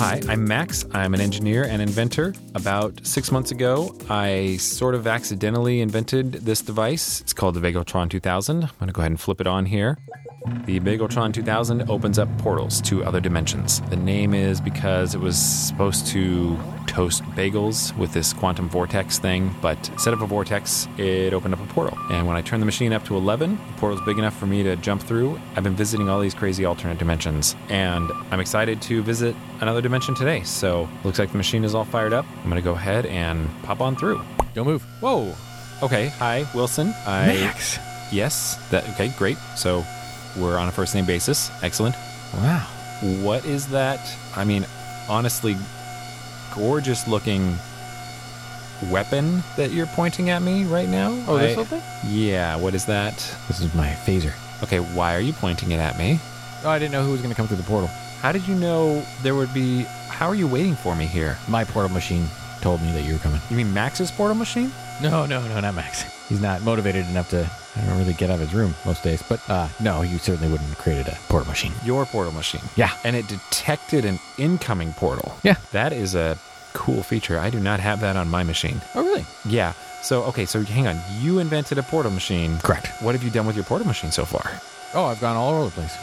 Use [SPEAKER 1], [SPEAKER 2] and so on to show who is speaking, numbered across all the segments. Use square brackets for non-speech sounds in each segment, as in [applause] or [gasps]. [SPEAKER 1] Hi, I'm Max. I'm an engineer and inventor. About six months ago, I sort of accidentally invented this device. It's called the Vagotron 2000. I'm going to go ahead and flip it on here. The Vagotron 2000 opens up portals to other dimensions. The name is because it was supposed to toast bagels with this quantum vortex thing, but instead of a vortex, it opened up a portal. And when I turned the machine up to 11, the portal's big enough for me to jump through. I've been visiting all these crazy alternate dimensions, and I'm excited to visit another dimension today. So, looks like the machine is all fired up. I'm gonna go ahead and pop on through.
[SPEAKER 2] Don't move.
[SPEAKER 1] Whoa! Okay, hi, Wilson. I.
[SPEAKER 2] Max.
[SPEAKER 1] Yes, that, okay, great. So, we're on a first name basis. Excellent.
[SPEAKER 2] Wow.
[SPEAKER 1] What is that? I mean, honestly, gorgeous looking weapon that you're pointing at me right now.
[SPEAKER 2] Oh, this
[SPEAKER 1] I-
[SPEAKER 2] little thing?
[SPEAKER 1] Yeah, what is that?
[SPEAKER 2] This is my phaser.
[SPEAKER 1] Okay, why are you pointing it at me?
[SPEAKER 2] Oh, I didn't know who was going to come through the portal.
[SPEAKER 1] How did you know there would be. How are you waiting for me here?
[SPEAKER 2] My portal machine told me that you were coming.
[SPEAKER 1] You mean Max's portal machine?
[SPEAKER 2] No, no, no, not Max. [laughs] He's not motivated enough to. I don't really get out of his room most days. But uh, no, you certainly wouldn't have created a portal machine.
[SPEAKER 1] Your portal machine.
[SPEAKER 2] Yeah.
[SPEAKER 1] And it detected an incoming portal.
[SPEAKER 2] Yeah.
[SPEAKER 1] That is a cool feature. I do not have that on my machine.
[SPEAKER 2] Oh, really?
[SPEAKER 1] Yeah. So, okay, so hang on. You invented a portal machine.
[SPEAKER 2] Correct.
[SPEAKER 1] What have you done with your portal machine so far?
[SPEAKER 2] Oh, I've gone all over the place.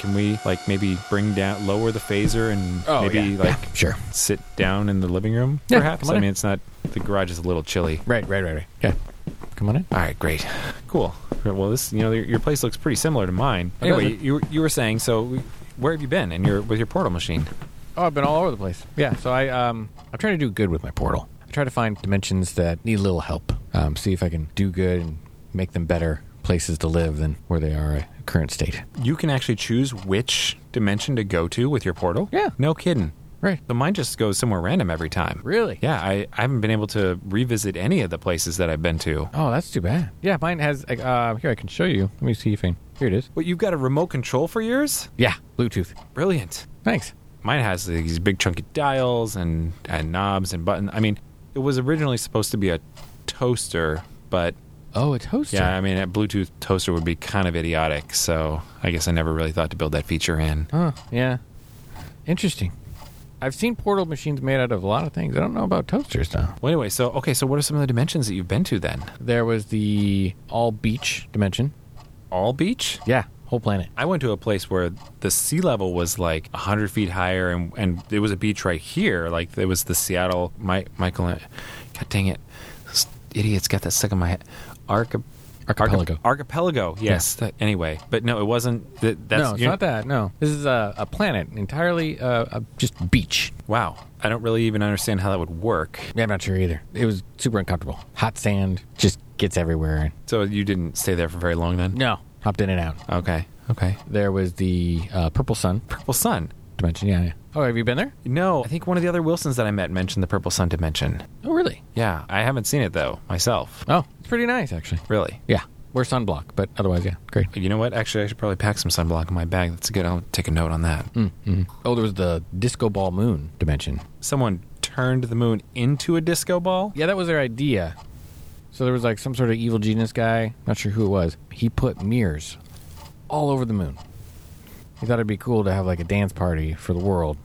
[SPEAKER 1] Can we like maybe bring down, lower the phaser, and
[SPEAKER 2] Oh,
[SPEAKER 1] maybe
[SPEAKER 2] yeah.
[SPEAKER 1] like
[SPEAKER 2] Yeah, sure.
[SPEAKER 1] sit down in the living room?
[SPEAKER 2] Yeah,
[SPEAKER 1] perhaps.
[SPEAKER 2] come on
[SPEAKER 1] I
[SPEAKER 2] in.
[SPEAKER 1] mean, it's not the garage is a little chilly.
[SPEAKER 2] Right, right, right, right. Yeah. Come on in.
[SPEAKER 1] All right, great, cool. Well, this you know your, your place looks pretty similar to mine.
[SPEAKER 2] It
[SPEAKER 1] Anyway,
[SPEAKER 2] doesn't.
[SPEAKER 1] you were- you were saying so. we- Where have you been? And your with your portal machine?
[SPEAKER 2] Oh, I've been all over the place. Yeah, so I um I'm trying to do good with my portal. I try to find dimensions that need a little help. Um, see if I can do good and make them better places to live than where they are at current state.
[SPEAKER 1] You can actually choose which dimension to go to with your portal.
[SPEAKER 2] Yeah.
[SPEAKER 1] no kidding.
[SPEAKER 2] Right.
[SPEAKER 1] So mine just goes somewhere random every time.
[SPEAKER 2] Really?
[SPEAKER 1] Yeah, I, I haven't been able to revisit any of the places that I've been to.
[SPEAKER 2] Oh, that's too bad. Yeah, mine has. like, Uh, here I can show you. Let me see if I can. Here it is.
[SPEAKER 1] But you've got a remote control for yours?
[SPEAKER 2] Yeah, Bluetooth.
[SPEAKER 1] Brilliant.
[SPEAKER 2] Thanks.
[SPEAKER 1] mine has these big chunky dials and, and knobs and buttons. I mean, it was originally supposed to be a toaster, but
[SPEAKER 2] Oh, it's hosted.
[SPEAKER 1] yeah, I mean, a Bluetooth toaster would be kind of idiotic. So I guess I never really thought to build that feature in.
[SPEAKER 2] Huh. Yeah. Interesting. I've seen portal machines made out of a lot of things. I don't know about toasters though.
[SPEAKER 1] Well, anyway, so okay, so what are some of the dimensions that you've been to then?
[SPEAKER 2] There was the all beach dimension.
[SPEAKER 1] All beach?
[SPEAKER 2] Yeah, whole planet.
[SPEAKER 1] I went to a place where the sea level was like 100 feet higher, and, and there was a beach right here. Like, there was the Seattle, my, Michael, and- God dang it. This idiot's got that stuck in my head. Archip-
[SPEAKER 2] Archipelago.
[SPEAKER 1] Archip- archipelago, yes. That, anyway, but no, it wasn't. That, that's,
[SPEAKER 2] no, it's
[SPEAKER 1] you-
[SPEAKER 2] not that. No, this is a, a planet entirely uh, a, just beach.
[SPEAKER 1] Wow. I don't really even understand how that would work.
[SPEAKER 2] Yeah, I'm not sure either. It was super uncomfortable. Hot sand just gets everywhere.
[SPEAKER 1] So you didn't stay there for very long then?
[SPEAKER 2] No, hopped in and out.
[SPEAKER 1] Okay. Okay.
[SPEAKER 2] There was the uh, purple sun
[SPEAKER 1] Purple Sun.
[SPEAKER 2] dimension. Yeah, yeah. Oh, have you been there?
[SPEAKER 1] No, I think one of the other Wilsons that I met mentioned the Purple Sun dimension.
[SPEAKER 2] Oh, really?
[SPEAKER 1] Yeah, I haven't seen it though myself.
[SPEAKER 2] Oh, it's pretty nice actually.
[SPEAKER 1] Really.
[SPEAKER 2] Yeah, we're sunblock, but otherwise, yeah, great.
[SPEAKER 1] You know what? Actually, I should probably pack some sunblock in my bag. That's good. I'll take a note on that.
[SPEAKER 2] Oh, there was the disco ball moon dimension.
[SPEAKER 1] Someone turned the moon into a disco ball.
[SPEAKER 2] Yeah, that was their idea. So there was like some sort of evil genius guy, not sure who it was. He put mirrors all over the moon. He thought it'd be cool to have like a dance party for the world.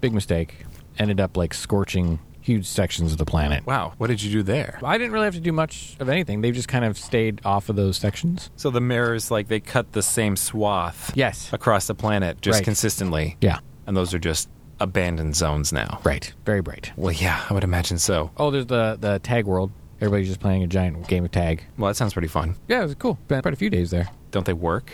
[SPEAKER 2] Big mistake. Ended up like scorching huge sections of the planet.
[SPEAKER 1] Wow. What did you do there?
[SPEAKER 2] I didn't really have to do much of anything. They've just kind of stayed off of those sections.
[SPEAKER 1] So the mirrors, like they cut the same swath.
[SPEAKER 2] Yes.
[SPEAKER 1] Across the planet, just
[SPEAKER 2] Right.
[SPEAKER 1] consistently.
[SPEAKER 2] Yeah.
[SPEAKER 1] And those are just abandoned zones now.
[SPEAKER 2] Bright. Very bright.
[SPEAKER 1] Well, yeah, I would imagine so.
[SPEAKER 2] Oh, there's the the tag world. Everybody's just playing a giant game of tag.
[SPEAKER 1] Well, that sounds pretty fun.
[SPEAKER 2] Yeah, it was cool. Spent quite a few days there.
[SPEAKER 1] Don't they work?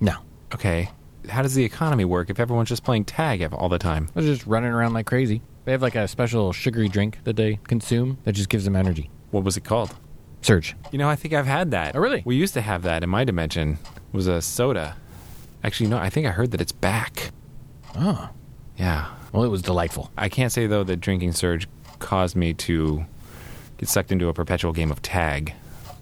[SPEAKER 2] No.
[SPEAKER 1] Okay. How does the economy work if everyone's just playing tag ev- all the time?
[SPEAKER 2] They're just running around like crazy. They have like a special sugary drink that they consume that just gives them energy.
[SPEAKER 1] What was it called?
[SPEAKER 2] Surge.
[SPEAKER 1] You know, I think I've had that.
[SPEAKER 2] Oh, really?
[SPEAKER 1] We used to have that in my dimension. It was a soda. Actually, no, I think I heard that it's back.
[SPEAKER 2] Oh.
[SPEAKER 1] Yeah.
[SPEAKER 2] Well, it was delightful.
[SPEAKER 1] I can't say, though, that drinking surge caused me to get sucked into a perpetual game of tag.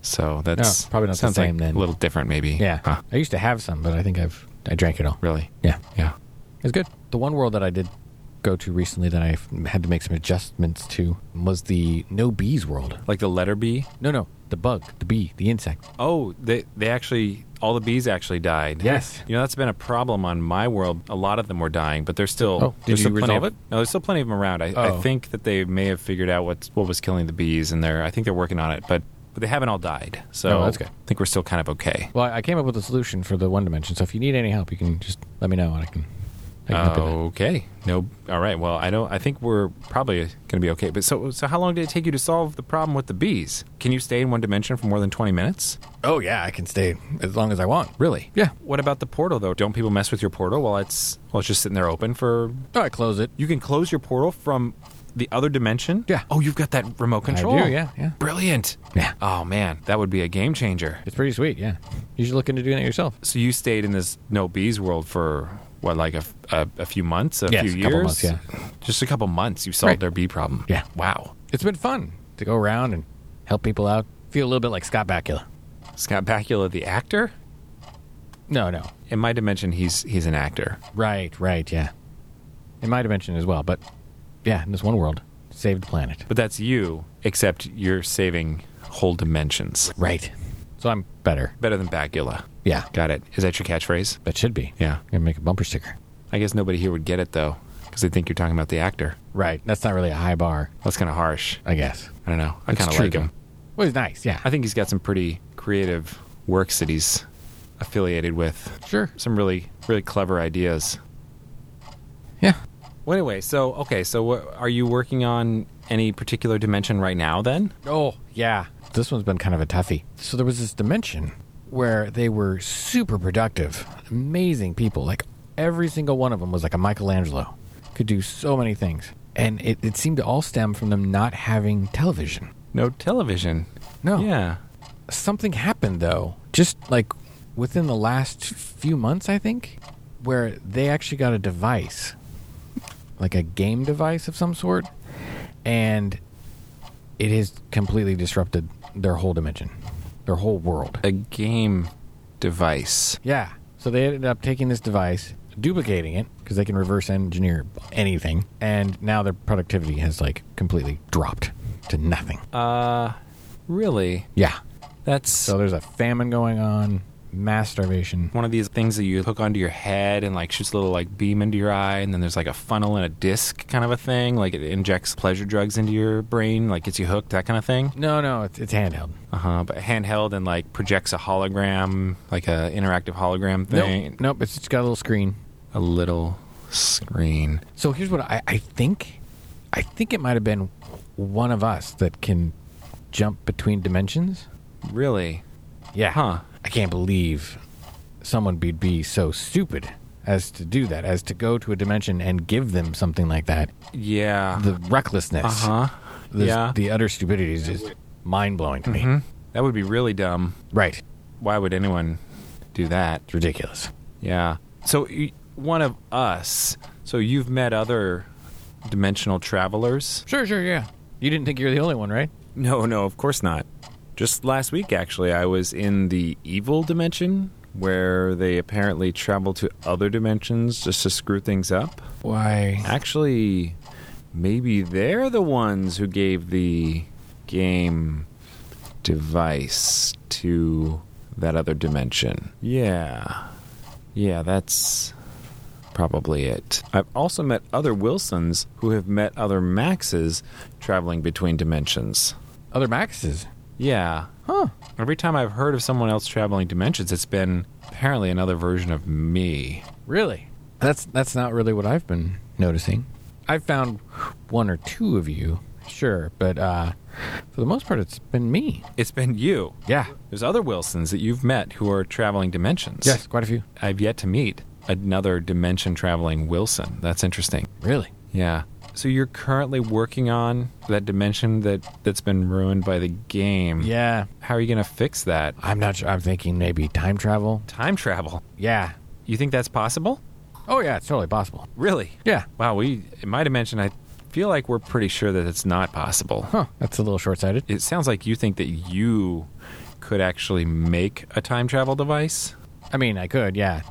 [SPEAKER 1] So that's
[SPEAKER 2] No, probably not the
[SPEAKER 1] sounds
[SPEAKER 2] same
[SPEAKER 1] like
[SPEAKER 2] then.
[SPEAKER 1] a little different, maybe.
[SPEAKER 2] Yeah.
[SPEAKER 1] Huh.
[SPEAKER 2] I used to have some, but I think I've I drank it all.
[SPEAKER 1] Really?
[SPEAKER 2] Yeah.
[SPEAKER 1] Yeah.
[SPEAKER 2] It was good. The one world that I did go to recently that I f- had to make some adjustments to was the no bees world.
[SPEAKER 1] Like the letter B?
[SPEAKER 2] No, no, the bug, the bee, the insect.
[SPEAKER 1] Oh, they they actually all the bees actually died.
[SPEAKER 2] Yes.
[SPEAKER 1] You know, that's been a problem on my world. A lot of them were dying, but there's still
[SPEAKER 2] Oh, did
[SPEAKER 1] there's still
[SPEAKER 2] you
[SPEAKER 1] plenty of,
[SPEAKER 2] resolve
[SPEAKER 1] No, there's still plenty of them around. I, I
[SPEAKER 2] Oh.
[SPEAKER 1] think that they may have figured out what what was killing the bees, and they're I think they're working on it, but but they haven't all died. So
[SPEAKER 2] Oh, that's good.
[SPEAKER 1] I think we're still kind of okay.
[SPEAKER 2] Well, I came up with a solution for the one dimension. So if you need any help, you can just let me know and I can. I can help you with
[SPEAKER 1] Oh.
[SPEAKER 2] that.
[SPEAKER 1] Okay. No. All right. Well, I don't. I think we're probably going to be okay. But so, so how long did it take you to solve the problem with the bees? Can you stay in one dimension for more than twenty minutes?
[SPEAKER 2] Oh yeah, I can stay as long as I want.
[SPEAKER 1] Really?
[SPEAKER 2] Yeah.
[SPEAKER 1] What about the portal though? Don't people mess with your portal while it's while it's just sitting there open for?
[SPEAKER 2] Oh, I close it.
[SPEAKER 1] You can close your portal from the other dimension.
[SPEAKER 2] Yeah.
[SPEAKER 1] Oh, you've got that remote control.
[SPEAKER 2] do, yeah, yeah.
[SPEAKER 1] Brilliant.
[SPEAKER 2] Yeah.
[SPEAKER 1] Oh man, that would be a game changer.
[SPEAKER 2] It's pretty sweet. Yeah, you should look into doing that yourself.
[SPEAKER 1] So you stayed in this no bees world for what, like a, f- a- a few months, a
[SPEAKER 2] Yes,
[SPEAKER 1] few
[SPEAKER 2] a
[SPEAKER 1] years?
[SPEAKER 2] couple months, yeah.
[SPEAKER 1] Just a couple months. You solved
[SPEAKER 2] Right.
[SPEAKER 1] their bee problem.
[SPEAKER 2] Yeah.
[SPEAKER 1] Wow.
[SPEAKER 2] It's been fun to go around and help people out. Feel a little bit like Scott Bakula.
[SPEAKER 1] Scott Bakula, the actor.
[SPEAKER 2] No, no.
[SPEAKER 1] In my dimension, he's he's an actor.
[SPEAKER 2] Right, right, yeah. In my dimension as well, but yeah, in this one world, save the planet.
[SPEAKER 1] But that's you, except you're saving whole dimensions.
[SPEAKER 2] Right. So I'm better.
[SPEAKER 1] Better than Bakula.
[SPEAKER 2] Yeah,
[SPEAKER 1] Got it. Is that your catchphrase?
[SPEAKER 2] that should be.
[SPEAKER 1] Yeah.
[SPEAKER 2] I'm gonna make a bumper sticker.
[SPEAKER 1] I guess nobody here would get it though, because they think you're talking about the actor.
[SPEAKER 2] Right. That's not really a high bar,
[SPEAKER 1] That's kind of harsh.
[SPEAKER 2] I guess.
[SPEAKER 1] I don't know. I
[SPEAKER 2] It's
[SPEAKER 1] kind of
[SPEAKER 2] true,
[SPEAKER 1] like him.
[SPEAKER 2] Well, he's nice. Yeah.
[SPEAKER 1] I think he's got some pretty creative works that he's affiliated with.
[SPEAKER 2] Sure.
[SPEAKER 1] Some really really clever ideas.
[SPEAKER 2] Yeah.
[SPEAKER 1] Well, anyway, so okay, so what, are you working on any particular dimension right now? Then
[SPEAKER 2] Oh, yeah. This one's been kind of a toughie. So there was this dimension where they were super productive, amazing people. Like every single one of them was like a Michelangelo, could do so many things. And it, it seemed to all stem from them not having television.
[SPEAKER 1] no television.
[SPEAKER 2] No.
[SPEAKER 1] Yeah.
[SPEAKER 2] something happened though just like within the last few months i think where they actually got a device like a game device of some sort and it has completely disrupted their whole dimension their whole world
[SPEAKER 1] a game device.
[SPEAKER 2] yeah so they ended up taking this device duplicating it because they can reverse engineer anything and now their productivity has like completely dropped to nothing
[SPEAKER 1] Uh, really?
[SPEAKER 2] yeah
[SPEAKER 1] That's
[SPEAKER 2] so there's a famine going on mass starvation
[SPEAKER 1] one of these things that you hook onto your head and like shoots a little like beam into your eye, and then there's like a funnel and a disc kind of a thing. Like it injects pleasure drugs into your brain, like gets you hooked, that kind of thing.
[SPEAKER 2] No, no, it's, it's handheld.
[SPEAKER 1] Uh huh. But handheld and like projects a hologram, like a interactive hologram thing.
[SPEAKER 2] Nope, nope, it's just got a little screen.
[SPEAKER 1] A little screen.
[SPEAKER 2] So here's what I, I think. I think it might have been one of us that can jump between dimensions.
[SPEAKER 1] Really?
[SPEAKER 2] Yeah.
[SPEAKER 1] Huh.
[SPEAKER 2] I can't believe someone would be so stupid as to do that, as to go to a dimension and give them something like that.
[SPEAKER 1] Yeah.
[SPEAKER 2] The recklessness,
[SPEAKER 1] Uh huh.
[SPEAKER 2] the,
[SPEAKER 1] yeah.
[SPEAKER 2] the utter stupidity is just mind blowing to me.
[SPEAKER 1] That would be really dumb.
[SPEAKER 2] Right.
[SPEAKER 1] Why would anyone do that?
[SPEAKER 2] It's ridiculous.
[SPEAKER 1] Yeah. So y- one of us. So you've met other dimensional travelers?
[SPEAKER 2] Sure, sure, yeah. You didn't think you were the only one, right?
[SPEAKER 1] No, no, of course not. Just last week, actually, I was in the evil dimension where they apparently travel to other dimensions just to screw things up.
[SPEAKER 2] Why?
[SPEAKER 1] Actually, maybe they're the ones who gave the game device to that other dimension. Yeah. Yeah, that's probably it. I've also met other Wilsons who have met other Maxes traveling between dimensions.
[SPEAKER 2] Other Maxes.
[SPEAKER 1] Yeah.
[SPEAKER 2] Huh.
[SPEAKER 1] Every time I've heard of someone else traveling dimensions, it's been apparently another version of me.
[SPEAKER 2] Really? That's that's not really what I've been noticing. I've found one or two of you, sure, but uh, for the most part, it's been me.
[SPEAKER 1] It's been you.
[SPEAKER 2] Yeah.
[SPEAKER 1] There's other Wilsons that you've met who are traveling dimensions.
[SPEAKER 2] Yes, quite a few.
[SPEAKER 1] I've yet to meet another dimension traveling Wilson. That's interesting.
[SPEAKER 2] Really?
[SPEAKER 1] Yeah. So you're currently working on that dimension that that's been ruined by the game.
[SPEAKER 2] Yeah.
[SPEAKER 1] How are you going to fix that?
[SPEAKER 2] Hmm. I'm not sure. I'm thinking maybe time travel.
[SPEAKER 1] Time travel.
[SPEAKER 2] Yeah.
[SPEAKER 1] You think that's possible?
[SPEAKER 2] Oh yeah, it's totally possible.
[SPEAKER 1] Really?
[SPEAKER 2] Yeah.
[SPEAKER 1] Wow, we in my dimension I feel like we're pretty sure that it's not possible.
[SPEAKER 2] Huh. That's a little short-sighted.
[SPEAKER 1] It sounds like you think that you could actually make a time travel device.
[SPEAKER 2] I mean, I could, yeah,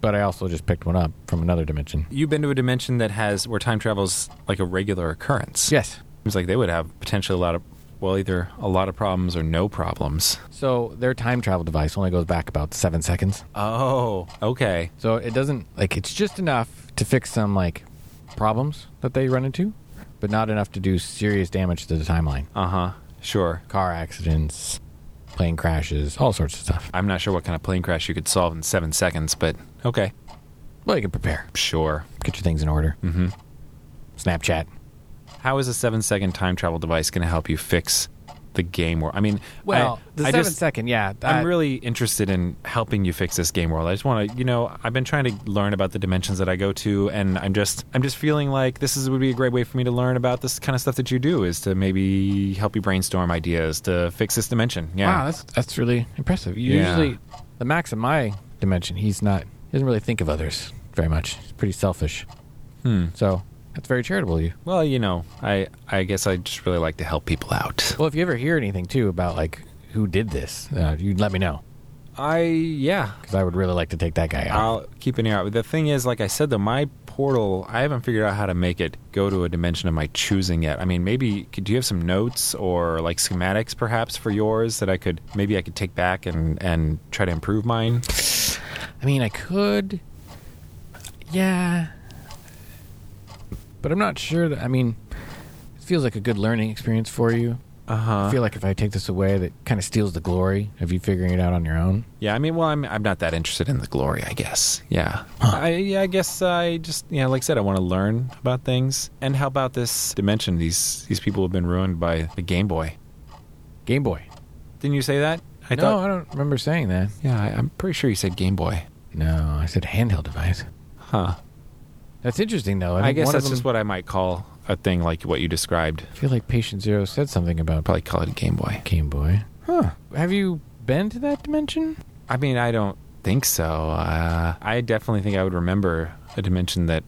[SPEAKER 2] but I also just picked one up from another dimension.
[SPEAKER 1] You've been to a dimension that has where time travel's like a regular occurrence.
[SPEAKER 2] Yes.
[SPEAKER 1] Seems like they would have potentially a lot of Well, either a lot of problems or no problems.
[SPEAKER 2] So their time travel device only goes back about seven seconds.
[SPEAKER 1] Oh, okay.
[SPEAKER 2] So it doesn't like it's just enough to fix some like problems that they run into, but not enough to do serious damage to the timeline.
[SPEAKER 1] Uh huh. Sure.
[SPEAKER 2] Car accidents, plane crashes, all sorts of stuff.
[SPEAKER 1] I'm not sure what kind of plane crash you could solve in seven seconds, but okay.
[SPEAKER 2] Well, you can prepare,
[SPEAKER 1] Sure.
[SPEAKER 2] get your things in order. Mm-hmm. Snapchat.
[SPEAKER 1] How is a seven second time travel device going to help you fix the game world? I mean,
[SPEAKER 2] Well,
[SPEAKER 1] I,
[SPEAKER 2] the
[SPEAKER 1] I
[SPEAKER 2] seven
[SPEAKER 1] just,
[SPEAKER 2] second, yeah.
[SPEAKER 1] I'm
[SPEAKER 2] that-
[SPEAKER 1] really interested in helping you fix this game world. I just want to, you know, I've been trying to learn about the dimensions that I go to, and I'm just, I'm just feeling like this is would be a great way for me to learn about this kind of stuff that you do, is to maybe help you brainstorm ideas to fix this dimension. Yeah.
[SPEAKER 2] Wow, that's that's really impressive. You
[SPEAKER 1] Yeah.
[SPEAKER 2] Usually, the max in my dimension, he's not. He doesn't really think of others very much. He's pretty selfish.
[SPEAKER 1] Hmm.
[SPEAKER 2] So that's very charitable of you.
[SPEAKER 1] Well, you know, I, I guess I just really like to help people out.
[SPEAKER 2] Well, if you ever hear anything too about like who did this, uh, you let me know
[SPEAKER 1] I, yeah,
[SPEAKER 2] because I would really like to take that guy out.
[SPEAKER 1] I'll keep an ear out. The thing is, like I said, though, my portal, I haven't figured out how to make it go to a dimension of my choosing yet. I mean, maybe could do you have some notes or like schematics perhaps for yours that I could maybe I could take back and and try to improve mine? Uh,
[SPEAKER 2] I mean, I could. Yeah. But I'm not sure that. I mean, it feels like a good learning experience for you.
[SPEAKER 1] Uh
[SPEAKER 2] I
[SPEAKER 1] huh.
[SPEAKER 2] feel like if I take this away, that kind of steals the glory of you figuring it out on your own.
[SPEAKER 1] Yeah, I mean, well, I'm I'm not that interested in the glory, I guess. Yeah, I yeah, I guess I just yeah, like I said, I want to learn about things. And how about this dimension? These these people have been ruined by the Game Boy.
[SPEAKER 2] Game Boy.
[SPEAKER 1] Didn't you say that? I
[SPEAKER 2] no, I don't remember saying that.
[SPEAKER 1] Yeah, I, I'm pretty sure you said Game Boy.
[SPEAKER 2] No, I said handheld device.
[SPEAKER 1] Huh.
[SPEAKER 2] That's interesting, though.
[SPEAKER 1] I
[SPEAKER 2] think
[SPEAKER 1] guess
[SPEAKER 2] one of
[SPEAKER 1] that's just
[SPEAKER 2] them-
[SPEAKER 1] what I might call a thing like what you described.
[SPEAKER 2] I feel like Patient Zero said something about
[SPEAKER 1] Probably call it a Game Boy.
[SPEAKER 2] Game Boy. Huh? Have you been to that dimension?
[SPEAKER 1] I mean, I don't think so. Uh, I definitely think I would remember a dimension that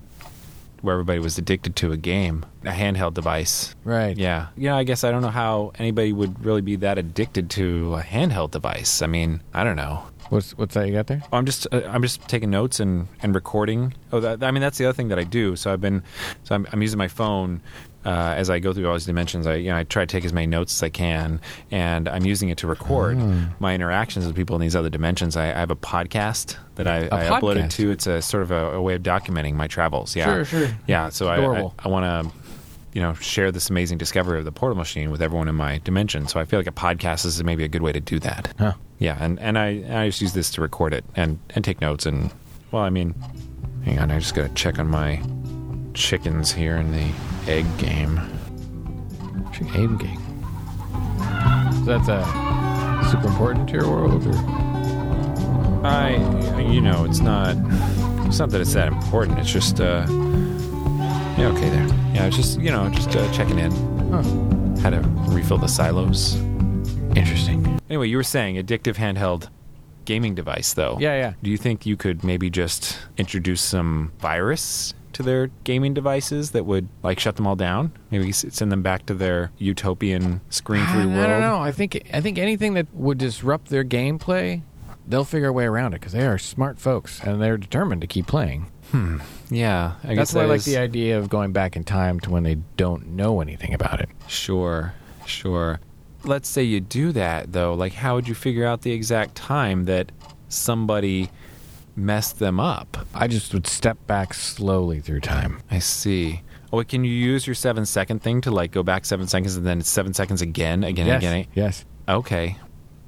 [SPEAKER 1] where everybody was addicted to a game, a handheld device.
[SPEAKER 2] Right.
[SPEAKER 1] Yeah. Yeah, I guess I don't know how anybody would really be that addicted to a handheld device. I mean, I don't know.
[SPEAKER 2] What's What's that you got there?
[SPEAKER 1] I'm just uh, I'm just taking notes and, and recording. Oh, that, I mean that's the other thing that I do. So I've been so I'm, I'm using my phone uh, as I go through all these dimensions. I you know I try to take as many notes as I can, and I'm using it to record
[SPEAKER 2] Hmm.
[SPEAKER 1] my interactions with people in these other dimensions. I, I have a podcast that I, I uploaded
[SPEAKER 2] podcast?
[SPEAKER 1] to. It's a sort of a, a way of documenting my travels. Yeah,
[SPEAKER 2] Sure, sure.
[SPEAKER 1] Yeah, so I I,
[SPEAKER 2] Adorable.
[SPEAKER 1] I want to you know share this amazing discovery of the portal machine with everyone in my dimension. So I feel like a podcast is maybe a good way to do that.
[SPEAKER 2] Huh.
[SPEAKER 1] Yeah, and, and I and I just use this to record it and, and take notes and well, I mean, hang on, I just gotta check on my chickens here in the egg game.
[SPEAKER 2] Game Gang. So that's uh, super important to your world, or
[SPEAKER 1] I, you know, it's not it's not that it's that important. It's just uh, yeah, okay there. Yeah, it's just you know, just uh, checking in. How to refill the silos.
[SPEAKER 2] interesting.
[SPEAKER 1] Anyway, you were saying addictive handheld gaming device, though.
[SPEAKER 2] Yeah, yeah.
[SPEAKER 1] Do you think you could maybe just introduce some virus to their gaming devices that would like shut them all down? Maybe s- send them back to their utopian
[SPEAKER 2] I
[SPEAKER 1] screen-free world.
[SPEAKER 2] don't know. I think I think anything that would disrupt their gameplay, they'll figure a way around it because they are smart folks and they're determined to keep playing.
[SPEAKER 1] Yeah, I guess
[SPEAKER 2] That's why I
[SPEAKER 1] that
[SPEAKER 2] like
[SPEAKER 1] is-
[SPEAKER 2] the idea of going back in time to when they don't know anything about it.
[SPEAKER 1] Sure, sure. Let's say you do that though. Like, how would you figure out the exact time that somebody messed them up?
[SPEAKER 2] I just would step back slowly through time.
[SPEAKER 1] I see. Oh, wait, can you use your seven second thing to like go back seven seconds and then it's seven seconds again, again, and again?
[SPEAKER 2] Yes.
[SPEAKER 1] Okay.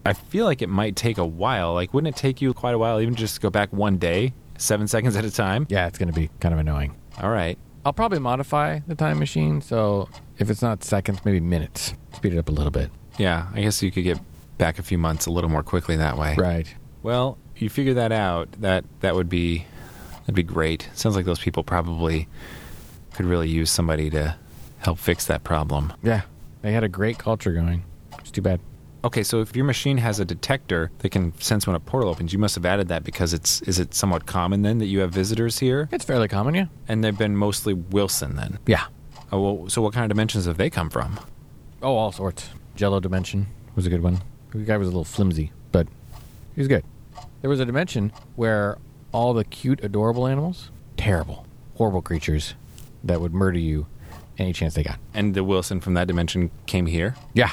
[SPEAKER 1] I feel like it might take a while. Like, wouldn't it take you quite a while even just to go back one day, seven [laughs] seconds at a time?
[SPEAKER 2] Yeah, it's going to be kind of annoying.
[SPEAKER 1] All right.
[SPEAKER 2] I'll probably modify the time machine, so if it's not seconds, maybe minutes. Speed it up a little [laughs] bit.
[SPEAKER 1] Yeah, I guess you could get back a few months a little more quickly that way.
[SPEAKER 2] Right.
[SPEAKER 1] Well, you figure that out. That that would be that'd be great. Sounds like those people probably could really use somebody to help fix that problem.
[SPEAKER 2] Yeah. They had a great culture going. It's too bad.
[SPEAKER 1] Okay, so if your machine has a detector that can sense when a portal opens, you must have added that because it's is it somewhat common then that you have visitors here?
[SPEAKER 2] It's fairly common, yeah?
[SPEAKER 1] And they've been mostly Wilson then.
[SPEAKER 2] Yeah.
[SPEAKER 1] Oh, well, so what kind of dimensions have they come from?
[SPEAKER 2] Oh, all sorts. Jello Dimension was a good one. The guy was a little flimsy, but he was good. There was a dimension where all the cute, adorable animals, terrible, horrible creatures that would murder you any chance they got.
[SPEAKER 1] And the Wilson from that dimension came here?
[SPEAKER 2] Yeah.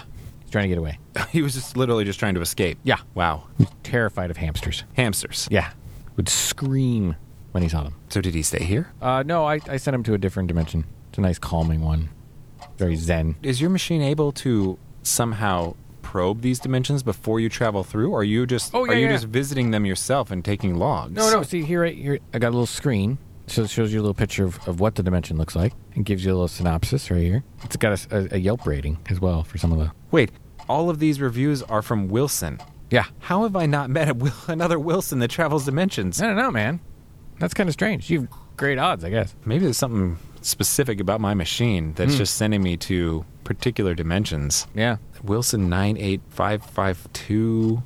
[SPEAKER 2] trying to get away.
[SPEAKER 1] [laughs] he was just literally just trying to escape.
[SPEAKER 2] Yeah.
[SPEAKER 1] Wow.
[SPEAKER 2] Terrified of hamsters.
[SPEAKER 1] Hamsters.
[SPEAKER 2] Yeah. Would scream when he saw them.
[SPEAKER 1] So did he stay here?
[SPEAKER 2] Uh, no, I, I sent him to a different dimension. It's a nice calming one. Very zen.
[SPEAKER 1] Is your machine able to somehow probe these dimensions before you travel through? Or are you just
[SPEAKER 2] Oh, yeah,
[SPEAKER 1] are you
[SPEAKER 2] yeah,
[SPEAKER 1] just
[SPEAKER 2] yeah.
[SPEAKER 1] visiting them yourself and taking logs?
[SPEAKER 2] No, no. See here, right here, I got a little screen. So it shows you a little picture of, of what the dimension looks like and gives you a little synopsis right here. It's got a s- a, a Yelp rating as well for some of the.
[SPEAKER 1] Wait, all of these reviews are from Wilson.
[SPEAKER 2] Yeah.
[SPEAKER 1] How have I not met a Wil- [laughs] another Wilson that travels dimensions?
[SPEAKER 2] I don't know, man. That's kind of strange. You have great odds, I guess.
[SPEAKER 1] Maybe there's something specific about my machine that's just sending me to particular dimensions.
[SPEAKER 2] Yeah.
[SPEAKER 1] Wilson 98552.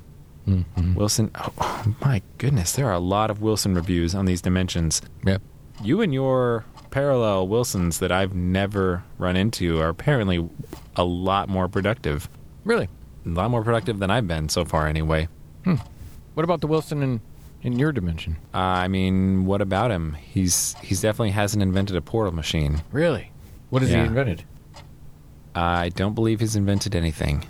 [SPEAKER 1] Wilson, oh, oh my goodness, there are a lot of Wilson reviews on these dimensions.
[SPEAKER 2] Yep.
[SPEAKER 1] You and your parallel Wilsons that I've never run into are apparently a lot more productive.
[SPEAKER 2] Really?
[SPEAKER 1] A lot more productive than I've been so far, anyway.
[SPEAKER 2] What about the Wilson in, in your dimension?
[SPEAKER 1] Uh, I mean, what about him? He's he's definitely hasn't invented a portal machine.
[SPEAKER 2] Really? What has
[SPEAKER 1] Yeah.
[SPEAKER 2] he invented?
[SPEAKER 1] I don't believe he's invented anything.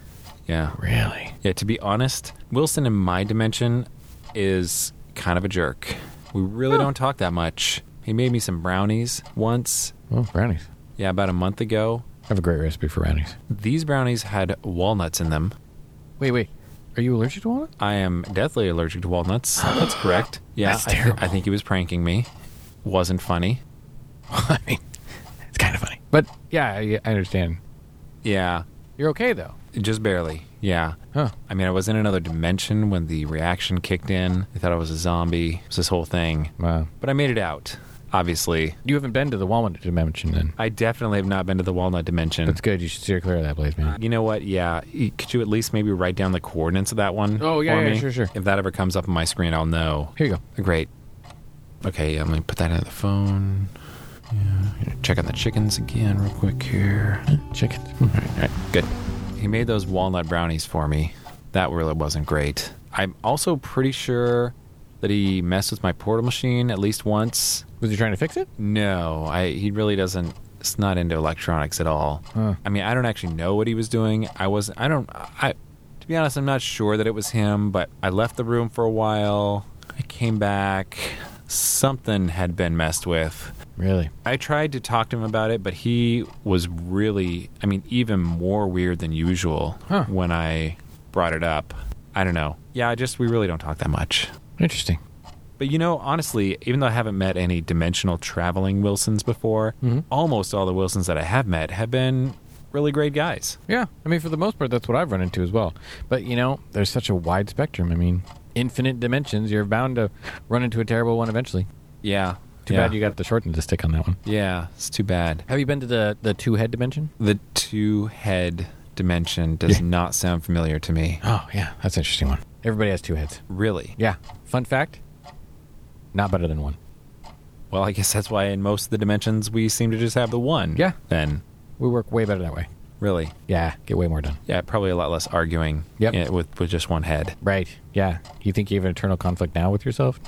[SPEAKER 1] Yeah.
[SPEAKER 2] Really?
[SPEAKER 1] Yeah, to be honest, Wilson in my dimension is kind of a jerk. We really don't talk that much. He made me some brownies once,
[SPEAKER 2] Well, Oh, brownies.
[SPEAKER 1] yeah, about a month ago.
[SPEAKER 2] I have a great recipe for brownies.
[SPEAKER 1] These brownies had walnuts in them.
[SPEAKER 2] Wait, wait. Are you allergic to walnut?
[SPEAKER 1] I am deathly allergic to
[SPEAKER 2] [gasps]
[SPEAKER 1] walnuts. That's correct. Yeah,
[SPEAKER 2] That's
[SPEAKER 1] I thi-
[SPEAKER 2] terrible.
[SPEAKER 1] I think he was pranking me. Wasn't funny.
[SPEAKER 2] I mean, it's kind of funny. But yeah, I, I understand.
[SPEAKER 1] Yeah,
[SPEAKER 2] You're okay though.
[SPEAKER 1] just barely. Yeah.
[SPEAKER 2] Huh.
[SPEAKER 1] I mean, I was in another dimension when the reaction kicked in. They thought I was a zombie. It was this whole thing.
[SPEAKER 2] Wow.
[SPEAKER 1] But I made it out, obviously.
[SPEAKER 2] You haven't been to the walnut dimension then.
[SPEAKER 1] I definitely have not been to the Walnut Dimension.
[SPEAKER 2] That's good. You should steer clear of that place, man.
[SPEAKER 1] You know what? Yeah. Y- Could you at least maybe write down the coordinates of that one?
[SPEAKER 2] Oh, yeah,
[SPEAKER 1] for
[SPEAKER 2] yeah,
[SPEAKER 1] me?
[SPEAKER 2] sure, sure.
[SPEAKER 1] If that ever comes up on my screen, I'll know.
[SPEAKER 2] Here you go.
[SPEAKER 1] Great. Okay, I'm going to put that in the phone. Yeah, I'm gonna check on the chickens again, real quick here.
[SPEAKER 2] Chicken.
[SPEAKER 1] Good. He made those walnut brownies for me. That really wasn't great. I'm also pretty sure that he messed with my portal machine at least once.
[SPEAKER 2] Was he trying to fix it?
[SPEAKER 1] No, I he really doesn't. It's not into electronics at all. I mean, I don't actually know what he was doing. I was I don't I to be honest, I'm not sure that it was him, but I left the room for a while. I came back. Something had been messed with.
[SPEAKER 2] Really?
[SPEAKER 1] I tried to talk to him about it, but he was really, I mean, even more weird than usual
[SPEAKER 2] Huh.
[SPEAKER 1] when I brought it up. I don't know. Yeah, I just we really don't talk that much.
[SPEAKER 2] Interesting.
[SPEAKER 1] But you know, honestly, even though I haven't met any dimensional traveling Wilsons before, almost all the Wilsons that I have met have been really great guys.
[SPEAKER 2] Yeah. I mean, for the most part, that's what I've run into as well. But you know, there's such a wide spectrum. I mean, infinite dimensions. You're bound to run into a terrible one eventually.
[SPEAKER 1] Yeah.
[SPEAKER 2] Too bad you got the short end of the stick on that one.
[SPEAKER 1] Yeah, it's too bad.
[SPEAKER 2] Have you been to the the two head dimension?
[SPEAKER 1] The two head dimension does not sound familiar to me.
[SPEAKER 2] Oh yeah, that's an interesting one. Everybody has two heads.
[SPEAKER 1] Really?
[SPEAKER 2] Yeah. Fun fact. Not better than one.
[SPEAKER 1] Well, I guess that's why in most of the dimensions we seem to just have the one.
[SPEAKER 2] Yeah.
[SPEAKER 1] Then,
[SPEAKER 2] We work way better that way.
[SPEAKER 1] really.
[SPEAKER 2] Yeah, get way more done.
[SPEAKER 1] Yeah, probably a lot less arguing
[SPEAKER 2] Yep.
[SPEAKER 1] yeah, with, with just one head.
[SPEAKER 2] Right. Yeah. You think you have an eternal conflict now with [laughs] yourself?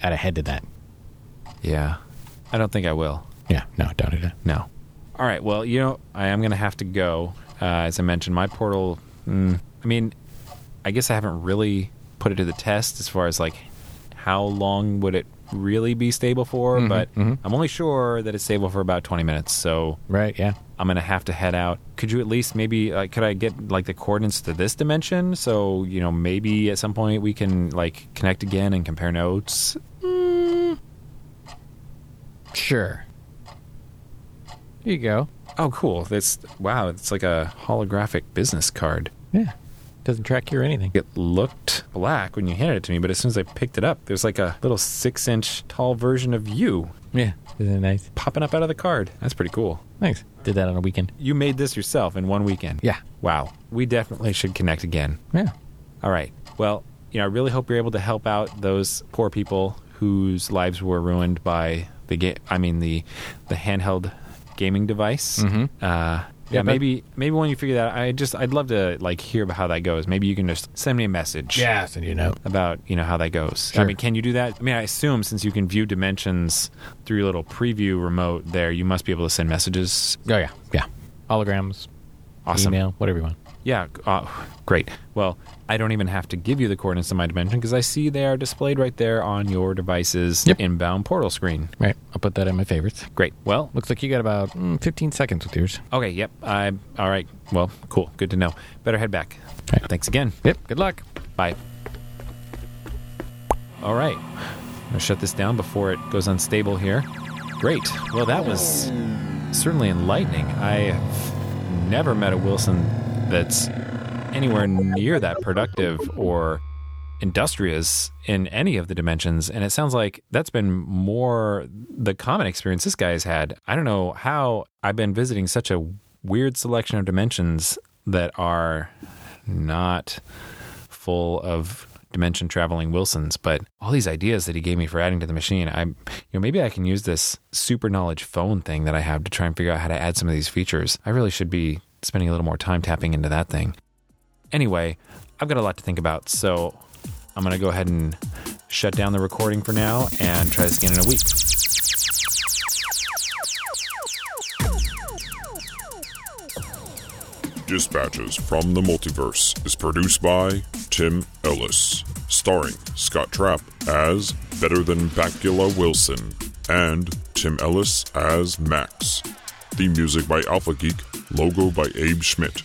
[SPEAKER 2] Add a head to that.
[SPEAKER 1] Yeah. I don't think I will.
[SPEAKER 2] Yeah. No, don't do that.
[SPEAKER 1] No. All right. Well, you know, I am going to have to go. Uh, as I mentioned, my portal. Mm, I mean, I guess I haven't really put it to the test as far as like how long would it really be stable for. but I'm only sure that it's stable for about 20 minutes. So
[SPEAKER 2] Right. Yeah.
[SPEAKER 1] I'm going to have to head out. Could you at least maybe like could I get like the coordinates to this dimension? So you know, maybe at some point we can like connect again and compare notes.
[SPEAKER 2] Sure. Here you go.
[SPEAKER 1] Oh, cool! That's wow. It's like a holographic business card.
[SPEAKER 2] Yeah. Doesn't track you or anything.
[SPEAKER 1] It looked black when you handed it to me, but as soon as I picked it up, there's like a little six inch tall version of you
[SPEAKER 2] Yeah. Isn't it nice?
[SPEAKER 1] popping up out of the card. That's pretty cool.
[SPEAKER 2] Thanks. Did that on a weekend.
[SPEAKER 1] You made this yourself in one weekend.
[SPEAKER 2] Yeah.
[SPEAKER 1] Wow. We definitely should connect again.
[SPEAKER 2] Yeah.
[SPEAKER 1] All right. Well, you know, I really hope you're able to help out those poor people whose lives were ruined by the ga- I mean the the handheld gaming device. Mm-hmm. Uh, yeah,
[SPEAKER 2] Yeah, but-
[SPEAKER 1] maybe maybe when you figure that out, I just I'd love to like hear about how that goes. Maybe you can just send me a message.
[SPEAKER 2] Yeah. Send you a note.
[SPEAKER 1] About you know how that goes. I
[SPEAKER 2] Sure.
[SPEAKER 1] mean, can you do that? I mean, I assume since you can view dimensions through your little preview remote there, you must be able to send messages,
[SPEAKER 2] Oh yeah. Yeah. Holograms.
[SPEAKER 1] Awesome.
[SPEAKER 2] email, whatever you want.
[SPEAKER 1] Yeah, uh, great. Well, I don't even have to give you the coordinates of my dimension because I see they are displayed right there on your device's
[SPEAKER 2] Yep.
[SPEAKER 1] inbound portal screen.
[SPEAKER 2] Right. I'll put that in my favorites.
[SPEAKER 1] Great. Well,
[SPEAKER 2] Looks like you got about mm, 15 seconds with yours.
[SPEAKER 1] okay, yep. I all right. Well, cool. Good to know. Better head back.
[SPEAKER 2] Okay.
[SPEAKER 1] Thanks again.
[SPEAKER 2] Yep. Good luck.
[SPEAKER 1] Bye. All right. I'm going to shut this down before it goes unstable here. Great. Well, that was certainly enlightening. I've never met a Wilson that's anywhere near that productive or industrious in any of the dimensions. And it sounds like that's been more the common experience this guy has had. I don't know how I've been visiting such a weird selection of dimensions that are not full of dimension traveling Wilsons, but all these ideas that he gave me for adding to the machine, I, you know, maybe I can use this super knowledge phone thing that I have to try and figure out how to add some of these features. I really should be spending a little more time tapping into that thing. Anyway, I've got a lot to think about, so I'm going to go ahead and shut down the recording for now and try this again in a week.
[SPEAKER 3] Dispatches from the Multiverse is produced by Tim Ellis, starring Scott Trapp as Better Than Bacula Wilson and Tim Ellis as Max. Theme music by Alpha Geek, logo by Abe Schmidt.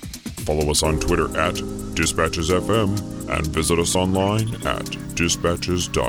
[SPEAKER 3] Follow us on Twitter at Dispatches FM and visit us online at dispatches.fm.